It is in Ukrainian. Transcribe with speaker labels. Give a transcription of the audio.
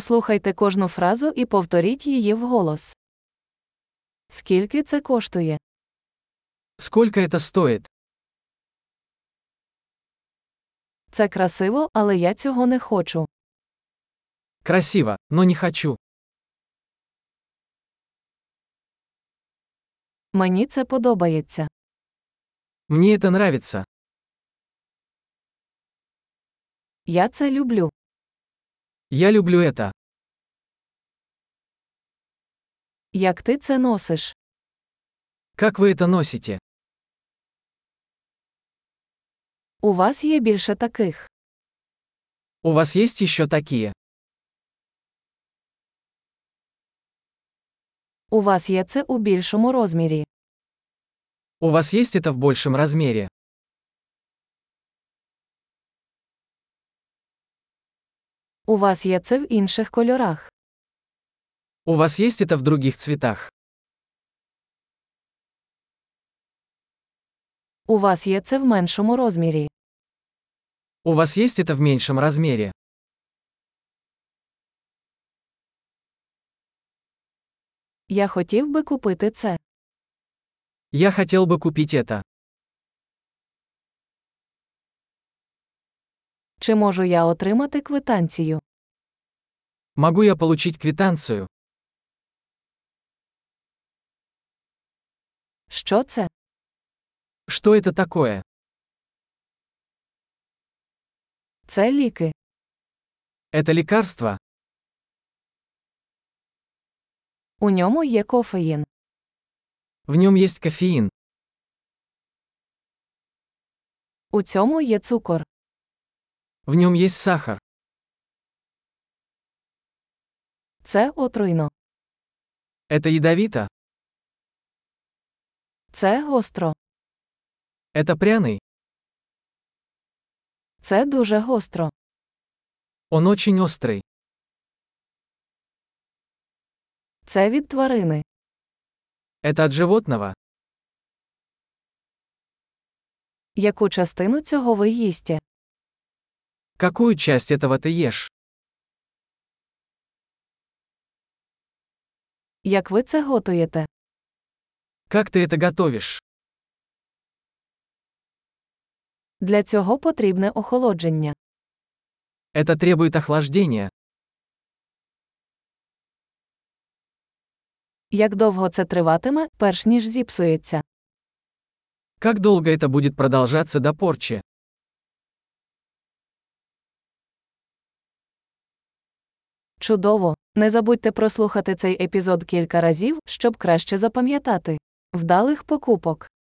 Speaker 1: Послухайте кожну фразу і повторіть її вголос. Скільки це коштує?
Speaker 2: Сколько это стоит?
Speaker 1: Це красиво, але я цього не хочу.
Speaker 2: Красиво, но не хочу.
Speaker 1: Мені це подобається.
Speaker 2: Мне это нравится.
Speaker 1: Я це люблю.
Speaker 2: Я люблю это.
Speaker 1: Як ти це носиш?
Speaker 2: Как вы это носите?
Speaker 1: У вас є більше таких.
Speaker 2: У вас есть еще такие?
Speaker 1: У вас є це у більшому розмірі.
Speaker 2: У вас есть это в большем размере?
Speaker 1: У вас є це в інших кольорах.
Speaker 2: У вас есть это в других цветах?
Speaker 1: У вас є це в меншому розмірі.
Speaker 2: У вас есть это в меньшем размере?
Speaker 1: Я хотів би купити це.
Speaker 2: Я хотел бы купить это.
Speaker 1: Чи можу я отримати квитанцію?
Speaker 2: Могу я получить квитанцию?
Speaker 1: Що це?
Speaker 2: Что это такое?
Speaker 1: Це ліки.
Speaker 2: Это лекарство?
Speaker 1: У ньому є кофеїн.
Speaker 2: В нем есть кофеин.
Speaker 1: У цьому є цукор.
Speaker 2: В нем есть сахар.
Speaker 1: Це отруйно.
Speaker 2: Это ядовито.
Speaker 1: Це гостро.
Speaker 2: Это пряный.
Speaker 1: Це дуже гостро.
Speaker 2: Он очень острый.
Speaker 1: Це від тварини.
Speaker 2: Это от животного.
Speaker 1: Яку частину цього ви їсте?
Speaker 2: Какую часть этого ты ешь?
Speaker 1: Як ви це готуєте?
Speaker 2: Как ты это готовишь?
Speaker 1: Для цього потрібне охолодження.
Speaker 2: Это требует охлаждения.
Speaker 1: Як довго це триватиме, перш ніж зіпсується?
Speaker 2: Как долго это будет продолжаться до порчи?
Speaker 1: Чудово! Не забудьте прослухати цей епізод кілька разів, щоб краще запам'ятати. Вдалих покупок!